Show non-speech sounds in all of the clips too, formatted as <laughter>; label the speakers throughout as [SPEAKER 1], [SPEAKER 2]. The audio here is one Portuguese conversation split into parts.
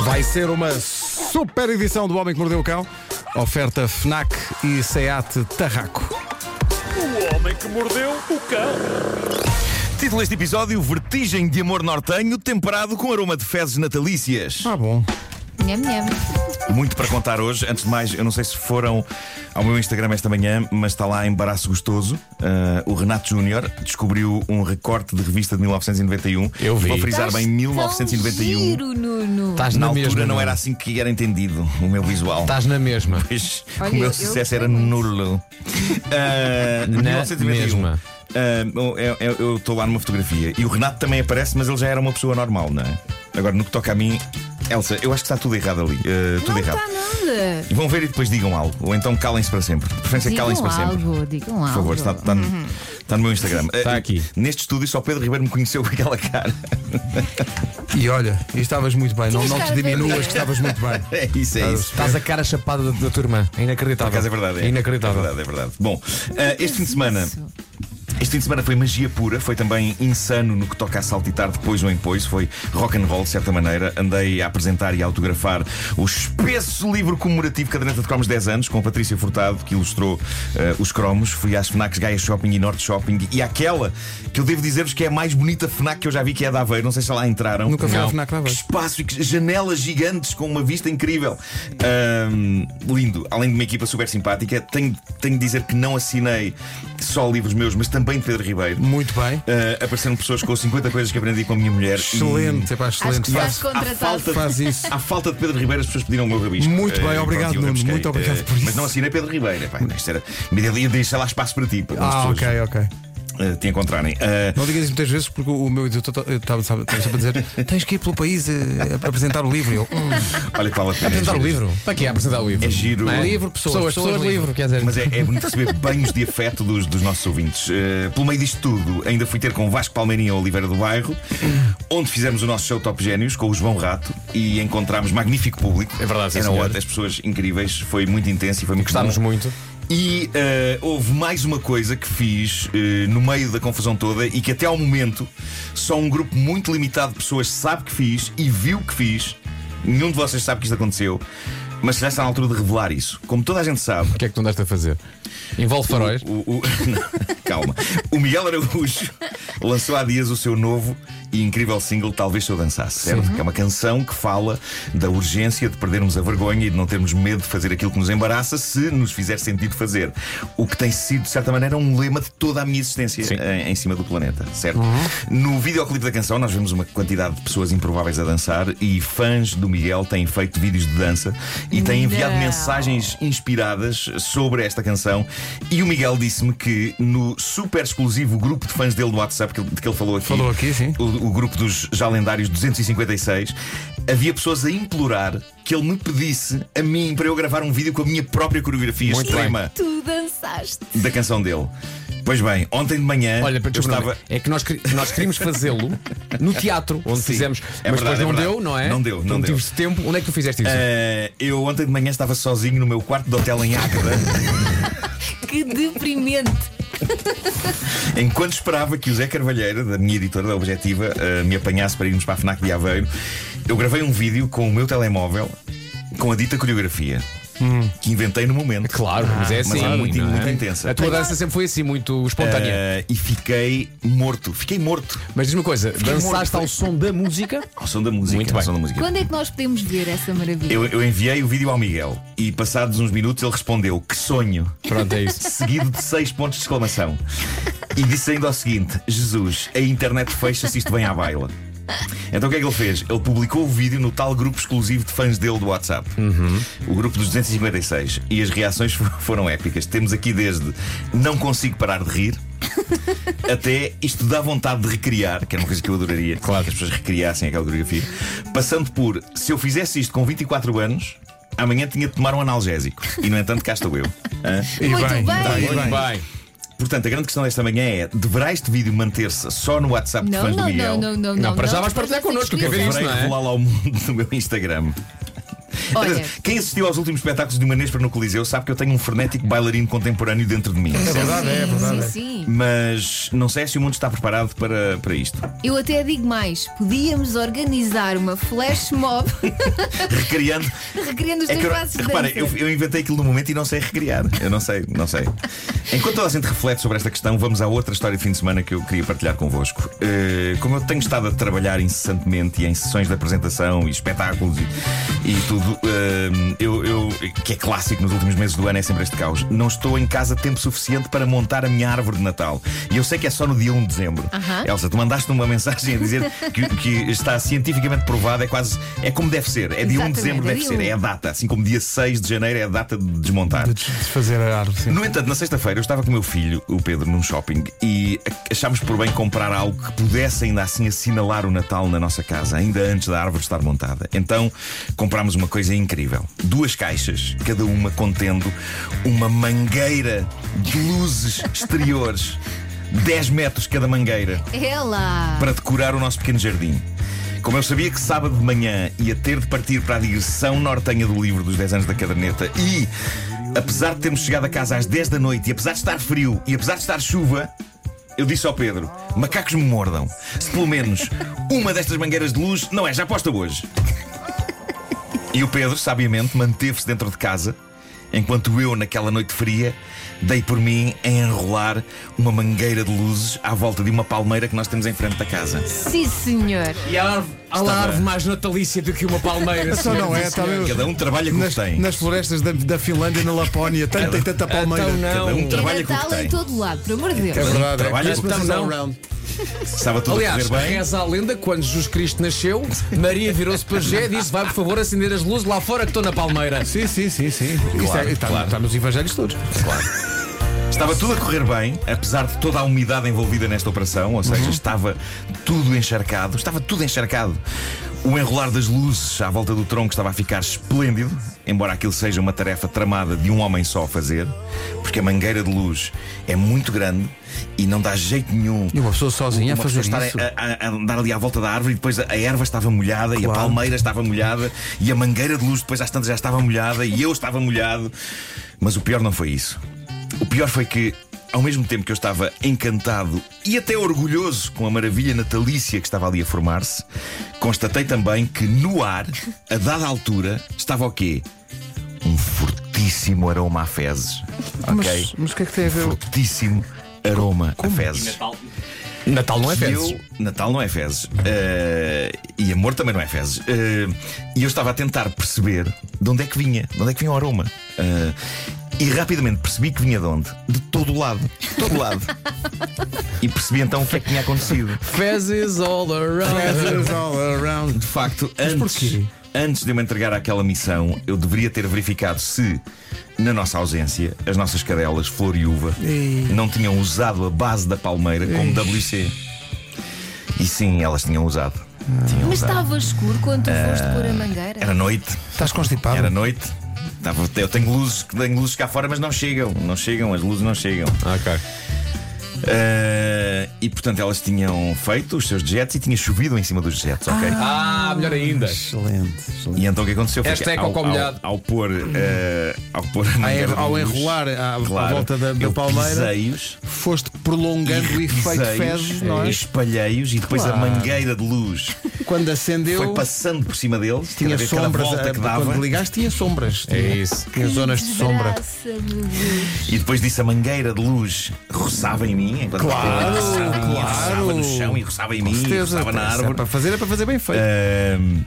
[SPEAKER 1] Vai ser uma super edição do Homem que Mordeu o Cão. Oferta FNAC e SEAT Tarraco.
[SPEAKER 2] O homem que mordeu o cão.
[SPEAKER 3] Título deste episódio: Vertigem de amor nortenho temperado com aroma de fezes natalícias.
[SPEAKER 1] Ah, bom.
[SPEAKER 4] Nham, nham.
[SPEAKER 3] Muito para contar hoje. Antes de mais, eu não sei se foram ao meu Instagram esta manhã, mas está lá embaraço gostoso. Ah, o Renato Júnior descobriu um recorte de revista de 1991.
[SPEAKER 1] Eu vi.
[SPEAKER 3] Vou frisar
[SPEAKER 4] Estás
[SPEAKER 3] bem:
[SPEAKER 4] tão
[SPEAKER 3] 1991.
[SPEAKER 4] Tá Giro, Nuno.
[SPEAKER 5] Estás
[SPEAKER 3] Na
[SPEAKER 1] é
[SPEAKER 5] na,
[SPEAKER 3] altura
[SPEAKER 5] mesma. é?
[SPEAKER 3] não era assim que era entendido o meu
[SPEAKER 1] Tá
[SPEAKER 3] visual.
[SPEAKER 5] Estás na mesma.
[SPEAKER 3] Pois,
[SPEAKER 4] Olha,
[SPEAKER 3] o
[SPEAKER 4] eu-
[SPEAKER 3] meu
[SPEAKER 4] eu
[SPEAKER 3] sucesso
[SPEAKER 4] gostei
[SPEAKER 3] era
[SPEAKER 4] muito. <laughs>
[SPEAKER 3] nulo. Ah,
[SPEAKER 5] Na
[SPEAKER 3] 1991.
[SPEAKER 5] mesma.
[SPEAKER 3] Ah, eu- eu- eu estou lá numa fotografia e o Renato também aparece, mas ele já era uma pessoa normal, não é? Agora, no que toca a mim, Elsa, eu acho que está tudo errado ali. ah, tudo
[SPEAKER 4] Não
[SPEAKER 3] errado.
[SPEAKER 4] está nada.
[SPEAKER 3] Vão ver e depois digam algo. Ou então calem-se para sempre. De preferência, calem-se
[SPEAKER 4] Digam
[SPEAKER 3] para sempre.
[SPEAKER 4] algo, Uhum. digam algo.
[SPEAKER 3] Por favor, está, está no- está no meu Instagram. Ah,
[SPEAKER 5] Está aqui.
[SPEAKER 3] Neste estúdio, só Pedro Ribeiro me conheceu com aquela cara. <laughs>
[SPEAKER 1] E olha, e estavas muito bem. Não,
[SPEAKER 4] Tinhas
[SPEAKER 1] não te
[SPEAKER 4] cara de
[SPEAKER 1] diminuas,
[SPEAKER 4] bebê.
[SPEAKER 1] que estavas muito bem.
[SPEAKER 5] <laughs>
[SPEAKER 3] É isso, é isso.
[SPEAKER 5] Estás a cara chapada da, da tua irmã. É inacreditável.
[SPEAKER 3] Por acaso é verdade. É,
[SPEAKER 5] inacreditável.
[SPEAKER 3] É verdade, é verdade. Bom, ah, este fim de
[SPEAKER 4] Isso.
[SPEAKER 3] semana. Este fim de semana foi magia pura, foi também insano no que toca a saltitar depois ou em pois, foi rock and roll de certa maneira. Andei a apresentar e a autografar o espesso livro comemorativo Caderneta de Cromos 10 anos, com a Patrícia Furtado, que ilustrou eh, os cromos. Fui às FNACs Gaia Shopping e Norte Shopping e àquela que eu devo dizer-vos que é a mais bonita FNAC que eu já vi, que é a da Aveiro. Não sei se lá entraram.
[SPEAKER 1] Nunca fui
[SPEAKER 5] Não.
[SPEAKER 1] à FNAC lá
[SPEAKER 3] Que
[SPEAKER 1] abaixo.
[SPEAKER 3] espaço e que janelas gigantes com uma vista incrível. Ahm, lindo. Além de uma equipa super simpática, tenho, tenho de dizer que não assinei só livros meus, mas também de Pedro Ribeiro.
[SPEAKER 1] Muito bem.
[SPEAKER 3] Ah, apareceram pessoas com 50 coisas que aprendi com a minha mulher.
[SPEAKER 1] Excelente, epá,
[SPEAKER 4] Acho
[SPEAKER 1] excelente.
[SPEAKER 4] que estás
[SPEAKER 1] Faz,
[SPEAKER 3] E... À
[SPEAKER 4] contratado.
[SPEAKER 3] falta,
[SPEAKER 1] faz
[SPEAKER 3] <laughs>
[SPEAKER 1] isso.
[SPEAKER 3] à falta de Pedro Ribeiro, as pessoas pediram o meu rabisco.
[SPEAKER 1] Muito bem,
[SPEAKER 3] Ah,
[SPEAKER 1] obrigado,
[SPEAKER 3] pronto, eu
[SPEAKER 1] Nuno,
[SPEAKER 3] rabisquei.
[SPEAKER 1] muito obrigado
[SPEAKER 3] Ah,
[SPEAKER 1] por isso.
[SPEAKER 3] Mas não assinei Pedro Ribeiro. Epá, isto era, eu deixei lá espaço para ti, para as
[SPEAKER 1] Ah,
[SPEAKER 3] pessoas
[SPEAKER 1] ok, ok.
[SPEAKER 3] ah, te encontrarem. Ah,
[SPEAKER 1] Não digas isso muitas vezes porque o meu editor tá- estava sempre a
[SPEAKER 5] <laughs>
[SPEAKER 1] dizer: tens que ir pelo país eh, a apresentar o livro. E Eu, hum,
[SPEAKER 3] olha que vale a pena.
[SPEAKER 5] Apresentar
[SPEAKER 3] é
[SPEAKER 5] o
[SPEAKER 3] giro.
[SPEAKER 5] livro. Para quê? Tá Apresentar o livro.
[SPEAKER 3] É giro.
[SPEAKER 5] Livro, pessoas, pessoas, livro. quer dizer.
[SPEAKER 3] Mas é, é bonito receber banhos de afeto dos, dos nossos ouvintes. Eh, pelo meio disto tudo, ainda fui ter com Vasco Palmeirinho e Oliveira do Bairro, onde fizemos o nosso show Top Génios com o João Rato e encontramos magnífico público.
[SPEAKER 5] É verdade, sim,
[SPEAKER 3] Eram
[SPEAKER 5] senhor.
[SPEAKER 3] outras pessoas incríveis, foi muito intenso e foi muito
[SPEAKER 5] Gostámos
[SPEAKER 3] bom.
[SPEAKER 5] muito.
[SPEAKER 3] E eh, houve mais uma coisa que fiz eh, no meio da confusão toda e que até ao momento só um grupo muito limitado de pessoas sabe que fiz e viu que fiz. Nenhum de vocês sabe que isto aconteceu, mas já está na altura de revelar isso. Como toda a gente sabe,
[SPEAKER 5] O que é que tu andaste a fazer? Envolve faróis.
[SPEAKER 3] o, o- <laughs> não, calma. O Miguel Araújo lançou há dias o seu novo e incrível single Talvez Se Eu Dançasse, certo? Que é uma canção que fala da urgência de perdermos a vergonha e de não termos medo de fazer aquilo que nos embaraça se nos fizer sentido fazer. O que tem sido, de certa maneira, um lema de toda a minha existência eh, em, em cima do planeta, certo? No videoclipe da canção, nós vemos uma quantidade de pessoas improváveis a dançar e fãs do Miguel têm feito vídeos de dança e têm enviado
[SPEAKER 4] Não.
[SPEAKER 3] mensagens mensagens inspiradas sobre esta canção e o Miguel disse-me que no super exclusivo grupo de fãs dele no WhatsApp que ele- de que ele falou aqui,
[SPEAKER 1] Falou aqui, sim.
[SPEAKER 3] O, o grupo dos já lendários 256, havia pessoas a implorar que ele me pedisse a mim para eu gravar um vídeo com a minha própria coreografia
[SPEAKER 5] Muito bem.
[SPEAKER 3] extrema
[SPEAKER 4] Tu dançaste.
[SPEAKER 3] da canção dele. Pois bem, ontem de manhã
[SPEAKER 5] Olha,
[SPEAKER 3] eu
[SPEAKER 5] desculpa,
[SPEAKER 3] estava.
[SPEAKER 5] é que nós, queri- nós queríamos fazê-lo no teatro, onde
[SPEAKER 3] Sim.
[SPEAKER 5] fizemos,
[SPEAKER 3] É
[SPEAKER 5] mas
[SPEAKER 3] verdade,
[SPEAKER 5] depois
[SPEAKER 3] é
[SPEAKER 5] não
[SPEAKER 3] verdade.
[SPEAKER 5] deu, não é?
[SPEAKER 3] Não deu,
[SPEAKER 5] Por
[SPEAKER 3] não deu.
[SPEAKER 5] motivos de tempo, onde é que tu fizeste isso?
[SPEAKER 3] Eh, eu ontem de manhã estava sozinho no meu quarto de hotel em Águeda.
[SPEAKER 4] Que deprimente.
[SPEAKER 3] Enquanto esperava que o Zé Carvalheira, da minha editora da Objetiva, eh, me apanhasse para irmos para a FNAC de Aveiro, eu gravei um vídeo com o meu telemóvel com a dita coreografia que inventei no momento.
[SPEAKER 5] Claro, mas é
[SPEAKER 3] mas
[SPEAKER 5] assim.
[SPEAKER 3] é muito-
[SPEAKER 5] não
[SPEAKER 3] muito intensa.
[SPEAKER 5] A tua dança sempre foi assim, muito espontânea.
[SPEAKER 3] Eh, e fiquei morto, fiquei morto
[SPEAKER 5] Mas diz-me uma coisa, dançaste
[SPEAKER 3] morto.
[SPEAKER 5] ao som da música?
[SPEAKER 3] ao som da música.
[SPEAKER 5] Muito bem.
[SPEAKER 3] ao som da música.
[SPEAKER 4] Quando é que nós podemos ver essa maravilha?
[SPEAKER 3] Eu, eu enviei o vídeo ao Miguel e, passados uns minutos, ele respondeu: Que sonho!
[SPEAKER 5] Pronto, é isso.
[SPEAKER 3] seguido de seis pontos de exclamação. E disse ainda o seguinte: Jesus, a internet fecha-se, isto vem à baila. Então o que é que ele fez? Ele publicou o vídeo no tal grupo exclusivo de fãs dele do WhatsApp, o grupo dos 256, e as reações fo- foram épicas. Temos aqui desde não consigo parar de rir. Até isto dá vontade de recriar, que era uma coisa que eu adoraria que as pessoas recriassem aquela coreografia, passando por se eu fizesse isto com 24 anos, amanhã tinha de tomar um analgésico. E no entanto, cá estou eu. Hã?
[SPEAKER 1] E
[SPEAKER 4] Muito
[SPEAKER 1] bem,
[SPEAKER 4] bem.
[SPEAKER 1] tá, e
[SPEAKER 4] Muito
[SPEAKER 5] Bem,
[SPEAKER 3] Portanto, a grande questão desta manhã é: deverá este vídeo manter-se só no WhatsApp de
[SPEAKER 4] Não,
[SPEAKER 3] fãs
[SPEAKER 4] não,
[SPEAKER 3] do
[SPEAKER 4] não,
[SPEAKER 3] Miguel?
[SPEAKER 4] não, não,
[SPEAKER 5] Não, para já vais
[SPEAKER 4] depois
[SPEAKER 5] partilhar
[SPEAKER 4] vai ser
[SPEAKER 5] connosco, eu quero
[SPEAKER 3] <laughs> Deverei
[SPEAKER 4] difícil.
[SPEAKER 5] ver isso, não é?
[SPEAKER 3] revelá-lo ao mundo no meu Instagram.
[SPEAKER 4] Olha.
[SPEAKER 3] Atenção, Quem assistiu aos últimos espetáculos de Manespa no Coliseu sabe que eu tenho um frenético bailarino contemporâneo dentro de mim.
[SPEAKER 4] <laughs>
[SPEAKER 1] verdade, é verdade.
[SPEAKER 4] Sim, sim.
[SPEAKER 3] Mas não sei se o mundo está preparado para, para isto.
[SPEAKER 4] Eu até digo mais: podíamos organizar uma flash mob <laughs>
[SPEAKER 3] Recriando.
[SPEAKER 4] recriando os
[SPEAKER 3] É
[SPEAKER 4] teus
[SPEAKER 3] que eu,
[SPEAKER 4] passos de
[SPEAKER 3] repara,
[SPEAKER 4] dança.
[SPEAKER 3] eu, eu inventei aquilo no momento e não sei recriar. Eu não sei, não sei. Enquanto toda a gente reflete sobre esta questão, vamos à outra história de fim de semana que eu queria partilhar convosco. Eh, como eu tenho estado a trabalhar incessantemente e em sessões de apresentação e espetáculos e, e tudo, eh, eu, eu- que é clássico nos últimos meses do ano, é sempre este caos. Não estou em casa tempo suficiente para montar a minha árvore de Natal. E eu sei que é só no dia 1 de dezembro.
[SPEAKER 4] Aham.
[SPEAKER 3] Elsa, tu mandaste uma <laughs> mensagem a dizer que, que está cientificamente provado, é quase. É como deve ser. É dia 1 de
[SPEAKER 4] Exatamente,
[SPEAKER 3] dezembro,
[SPEAKER 4] é
[SPEAKER 3] deve
[SPEAKER 4] dia
[SPEAKER 3] ser.
[SPEAKER 4] 1.
[SPEAKER 3] É a data, assim como dia 6 de janeiro é a data de desmontar.
[SPEAKER 1] De desfazer a árvore, sim.
[SPEAKER 3] No entanto, na sexta-feira eu estava com o meu filho, o Pedro, num shopping e achámos por bem comprar algo que pudesse ainda assim assinalar o Natal na nossa casa, ainda antes da árvore estar montada. Então comprámos uma coisa incrível: duas caixas, cada uma contendo uma mangueira de luzes exteriores, <laughs> 10 metros cada mangueira
[SPEAKER 4] É Ela!
[SPEAKER 3] para decorar o nosso pequeno jardim. Como eu sabia que sábado de manhã ia ter de partir para a digressão nortenha do livro dos 10 anos da caderneta e, apesar de termos chegado a casa às 10 da noite e apesar de estar frio e apesar de estar chuva, eu disse ao Pedro: macacos me mordam. Se pelo menos uma destas mangueiras de luz não é já posta hoje. E o Pedro, sabiamente, manteve-se dentro de casa, enquanto eu, naquela noite fria, dei por mim a enrolar uma mangueira de luzes à volta de uma palmeira que nós temos em frente da casa.
[SPEAKER 4] Sim, senhor!
[SPEAKER 5] E a árvore, há lá
[SPEAKER 3] Estava-
[SPEAKER 5] árvore mais natalícia do que uma palmeira.
[SPEAKER 1] Só não é,
[SPEAKER 5] tá
[SPEAKER 1] está mesmo.
[SPEAKER 3] Cada um trabalha com o que
[SPEAKER 1] Nas,
[SPEAKER 3] tem.
[SPEAKER 1] nas florestas da, da Finlândia, na Lapónia, tanta e tanta palmeira.
[SPEAKER 5] Então
[SPEAKER 3] Cada um
[SPEAKER 5] não.
[SPEAKER 4] É
[SPEAKER 3] trabalha com o que
[SPEAKER 4] Natal em
[SPEAKER 3] tem.
[SPEAKER 4] todo lado, por amor de Deus!
[SPEAKER 1] É verdade,
[SPEAKER 3] Trabalha
[SPEAKER 1] é
[SPEAKER 3] com-
[SPEAKER 1] Christmas is
[SPEAKER 5] Então
[SPEAKER 1] all
[SPEAKER 5] não.
[SPEAKER 1] round.
[SPEAKER 3] Estava tudo a
[SPEAKER 5] Aliás, é
[SPEAKER 3] correr bem.
[SPEAKER 5] reza a lenda, quando Jesus Cristo nasceu, Maria virou-se para José e disse: Vai, por favor, acender as luzes lá fora que estou na palmeira.
[SPEAKER 1] Sim, sim, sim, sim. Isto é- está,
[SPEAKER 3] claro.
[SPEAKER 1] está nos evangelhos todos.
[SPEAKER 3] Estava tudo a correr bem, apesar de toda a umidade envolvida nesta operação, ou seja, estava tudo encharcado, estava tudo encharcado. O enrolar das luzes à volta do tronco estava a ficar esplêndido, embora aquilo seja uma tarefa tramada de um homem só a fazer, porque a mangueira de luz é muito grande e não dá jeito nenhum
[SPEAKER 1] E uma pessoa sozinha
[SPEAKER 3] uma
[SPEAKER 1] a fazer
[SPEAKER 3] pessoa
[SPEAKER 1] isso.
[SPEAKER 3] estar a- a, a andar ali à volta da árvore e depois a, a erva estava molhada e a palmeira estava molhada e a mangueira de luz depois às tantas já estava molhada e eu estava molhado. Mas o pior não foi isso. O pior foi que, ao mesmo tempo que eu estava encantado e até orgulhoso com a maravilha natalícia que estava ali a formar-se, constatei também que no ar, a dada altura, estava o quê? Um fortíssimo aroma a fezes. Ok?
[SPEAKER 1] Mas, mas o que é que tem a ver?
[SPEAKER 3] Fortíssimo aroma a fezes.
[SPEAKER 5] Natal não é
[SPEAKER 3] E
[SPEAKER 5] fezes.
[SPEAKER 3] eu, Natal não é fezes. Eh, e amor também não é fezes. Eh, e eu estava a tentar perceber de onde é que vinha, de onde é que vinha o aroma. Eh, e rapidamente percebi que vinha de onde? De todo o lado. De todo o lado. e percebi então o que é que tinha acontecido.
[SPEAKER 5] Fezes all around.
[SPEAKER 1] Christmas is all around.
[SPEAKER 3] De facto, antes,
[SPEAKER 1] porquê?
[SPEAKER 3] antes de eu me entregar àquela missão, eu deveria ter verificado se, na nossa ausência, as nossas cadelas Flor e Uva não tinham usado a base da palmeira como WC. E sim, elas tinham usado. Tinham
[SPEAKER 4] Mas
[SPEAKER 3] usado.
[SPEAKER 4] estava escuro quando tu foste pôr a mangueira.
[SPEAKER 3] Era noite,
[SPEAKER 1] Estás constipado?
[SPEAKER 3] era noite. Tava- Eu tenho luzes, tenho luzes cá fora, mas não chegam. Não chegam, as luzes não chegam.
[SPEAKER 5] Ok.
[SPEAKER 3] Ah, e portanto elas tinham feito os seus jets e tinha chovido em cima dos jets, ok?
[SPEAKER 5] Ah, melhor ainda.
[SPEAKER 1] Excelente, excelente.
[SPEAKER 3] E então o que aconteceu foi
[SPEAKER 1] é
[SPEAKER 5] Hashtag
[SPEAKER 3] que ao,
[SPEAKER 5] cocó
[SPEAKER 3] ao,
[SPEAKER 5] molhado.
[SPEAKER 3] ao pôr eh, ao pôr a
[SPEAKER 1] Ao,
[SPEAKER 3] mangueira de
[SPEAKER 1] Ah, é ao
[SPEAKER 3] luz,
[SPEAKER 1] enrolar à, à
[SPEAKER 3] claro,
[SPEAKER 1] volta da, da
[SPEAKER 3] eu
[SPEAKER 1] palmeira,
[SPEAKER 3] pisei-os,
[SPEAKER 1] foste prolongando o
[SPEAKER 3] e
[SPEAKER 1] efeito
[SPEAKER 3] repisei-os,
[SPEAKER 1] fezes, não é?
[SPEAKER 3] e espalhei-os e depois
[SPEAKER 1] Claro.
[SPEAKER 3] a mangueira de luz
[SPEAKER 1] Quando acendeu,
[SPEAKER 3] foi passando por cima deles,
[SPEAKER 1] tinha
[SPEAKER 3] cada vez cada
[SPEAKER 1] sombras.
[SPEAKER 3] volta
[SPEAKER 1] a-
[SPEAKER 3] que dava.
[SPEAKER 1] Quando ligaste, tinha sombras.
[SPEAKER 5] É
[SPEAKER 1] Tinha-
[SPEAKER 5] isso.
[SPEAKER 1] Tinha zonas de
[SPEAKER 4] é
[SPEAKER 1] sombra.
[SPEAKER 4] Graça, meu Deus.
[SPEAKER 3] E depois disso a mangueira de luz roçava em mim, enquanto
[SPEAKER 1] Claro,
[SPEAKER 3] roçava em mim, roçava
[SPEAKER 1] claro.
[SPEAKER 3] no chão e roçava em mim, e
[SPEAKER 1] Certeza.
[SPEAKER 3] roçava na
[SPEAKER 1] Se é
[SPEAKER 3] árvore. Eh,
[SPEAKER 1] Para fazer, é para fazer bem feito.
[SPEAKER 3] Ahm,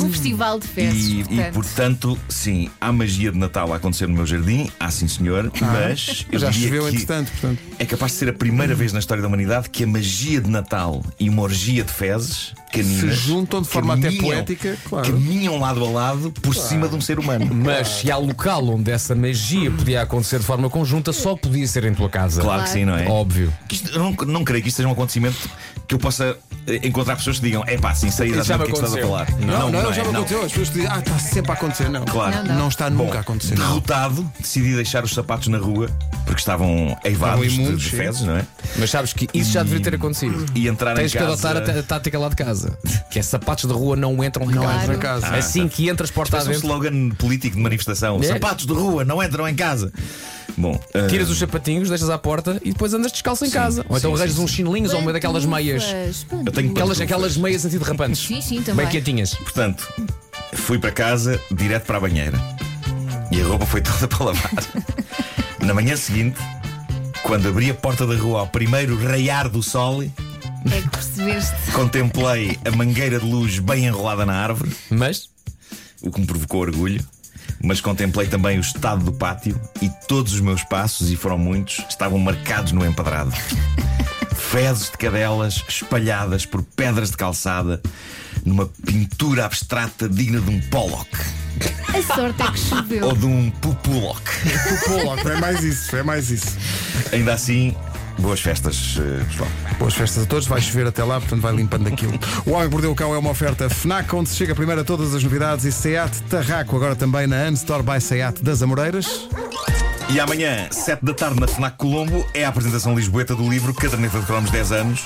[SPEAKER 4] Um festival de festas,
[SPEAKER 3] e, e,
[SPEAKER 4] portanto.
[SPEAKER 3] portanto, sim, há magia de Natal a acontecer no meu jardim, há sim senhor, mas eu
[SPEAKER 1] Ah, Já
[SPEAKER 3] diria
[SPEAKER 1] choveu,
[SPEAKER 3] que
[SPEAKER 1] entretanto, portanto. Hum.
[SPEAKER 3] é capaz de ser a primeira vez na história da humanidade que a magia de Natal e uma orgia de fezes caninas
[SPEAKER 1] Se juntam de forma até poética, claro.
[SPEAKER 3] caminham lado a lado por cima de um ser humano.
[SPEAKER 5] Mas se há local onde essa magia podia acontecer de forma conjunta, só podia ser em tua casa.
[SPEAKER 3] Claro que sim, não é?
[SPEAKER 5] Óbvio.
[SPEAKER 3] Que isto- eu não, não creio que isto seja um acontecimento que eu possa eh, encontrar pessoas que digam, é pá, sim, sei
[SPEAKER 5] Isso já
[SPEAKER 3] exatamente
[SPEAKER 5] me
[SPEAKER 3] o que é que estás a falar.
[SPEAKER 5] aconteceu.
[SPEAKER 1] Não, não, já
[SPEAKER 3] é,
[SPEAKER 1] me aconteceu. As pessoas dizem, ah, está sempre a acontecer. Não,
[SPEAKER 3] Claro.
[SPEAKER 4] Não,
[SPEAKER 1] não, está nunca a acontecer.
[SPEAKER 3] Derrotado, decidi deixar os sapatos na rua porque estavam
[SPEAKER 1] Estavam
[SPEAKER 3] eivados
[SPEAKER 1] imundos,
[SPEAKER 3] de, de
[SPEAKER 1] sim.
[SPEAKER 3] fezes, não é?
[SPEAKER 5] Mas sabes que isso já devia ter acontecido.
[SPEAKER 3] E entrar
[SPEAKER 5] Tens
[SPEAKER 3] em
[SPEAKER 5] que
[SPEAKER 3] casa.
[SPEAKER 5] adotar tá a, ta- a tática lá de casa, que é sapatos de rua não entram em casa.
[SPEAKER 4] entram em
[SPEAKER 1] casa.
[SPEAKER 5] Ah, assim que entras, porta
[SPEAKER 3] Parece um
[SPEAKER 5] adentro,
[SPEAKER 3] slogan político de manifestação:
[SPEAKER 5] É.
[SPEAKER 3] sapatos de rua não entram em casa. Bom, eh,
[SPEAKER 5] tiras os sapatinhos, deixas à porta e depois andas descalço em casa. Ou então
[SPEAKER 3] sim,
[SPEAKER 5] arranjas
[SPEAKER 3] sim,
[SPEAKER 5] uns chinelinhos ou uma daquelas meias.
[SPEAKER 4] Pantufas,
[SPEAKER 3] Eu tenho
[SPEAKER 5] Aquelas, é
[SPEAKER 3] pantufas.
[SPEAKER 5] aquelas meias antiderrampantes.
[SPEAKER 4] Sim, sim, também.
[SPEAKER 5] Bem quietinhas.
[SPEAKER 3] portanto, fui para casa, direto para a banheira. E a roupa foi <laughs> toda para lavar. Na manhã seguinte, quando abri a porta da rua ao primeiro raiar do sol,
[SPEAKER 4] É que percebeste.
[SPEAKER 3] contemplei a mangueira de luz bem enrolada na árvore,
[SPEAKER 5] Mas
[SPEAKER 3] o que me provocou orgulho. Mas contemplei também o estado do pátio e todos os meus passos, e foram muitos, estavam marcados no empedrado. Fezes de cadelas espalhadas por pedras de calçada numa pintura abstrata digna de um Pollock.
[SPEAKER 4] A sorte é que choveu.
[SPEAKER 3] ou de um pupuloc.
[SPEAKER 1] Pô, é mais isso, é mais isso.
[SPEAKER 3] Ainda assim, boas festas, eh, pessoal.
[SPEAKER 1] Boas festas a todos, vai chover até lá, portanto vai limpando aquilo. O Homem que Mordeu o Cão é uma oferta FNAC, onde se chega primeiro a todas as novidades e SEAT Tarraco, agora também na Unstore by SEAT das Amoreiras.
[SPEAKER 3] E amanhã, 7 da tarde, na FNAC Colombo, é a apresentação lisboeta do livro Caderneta de Cromos 10 anos,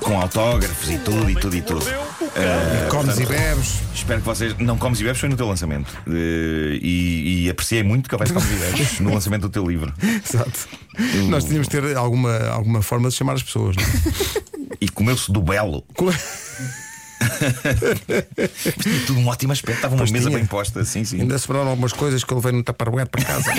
[SPEAKER 3] com autógrafos e tudo, e tudo, e tudo.
[SPEAKER 2] Mordeu o cão.
[SPEAKER 1] Comes e bebes.
[SPEAKER 3] Espero que vocês. Não comes e bebes foi no teu lançamento. Eh, e, e apreciei muito que houvesse comes e bebes no lançamento do teu livro.
[SPEAKER 1] <laughs> Exato. Nós tínhamos de ter alguma, alguma forma de chamar as pessoas. <laughs> não é?
[SPEAKER 3] E comeu-se do belo. <laughs>
[SPEAKER 1] Co-
[SPEAKER 3] E tudo um ótimo aspecto. Estava uma
[SPEAKER 1] Pois
[SPEAKER 3] mesa
[SPEAKER 1] tinha.
[SPEAKER 3] bem posta, sim, sim.
[SPEAKER 1] Ainda sobraram algumas coisas que eu levei no Tupperware para casa.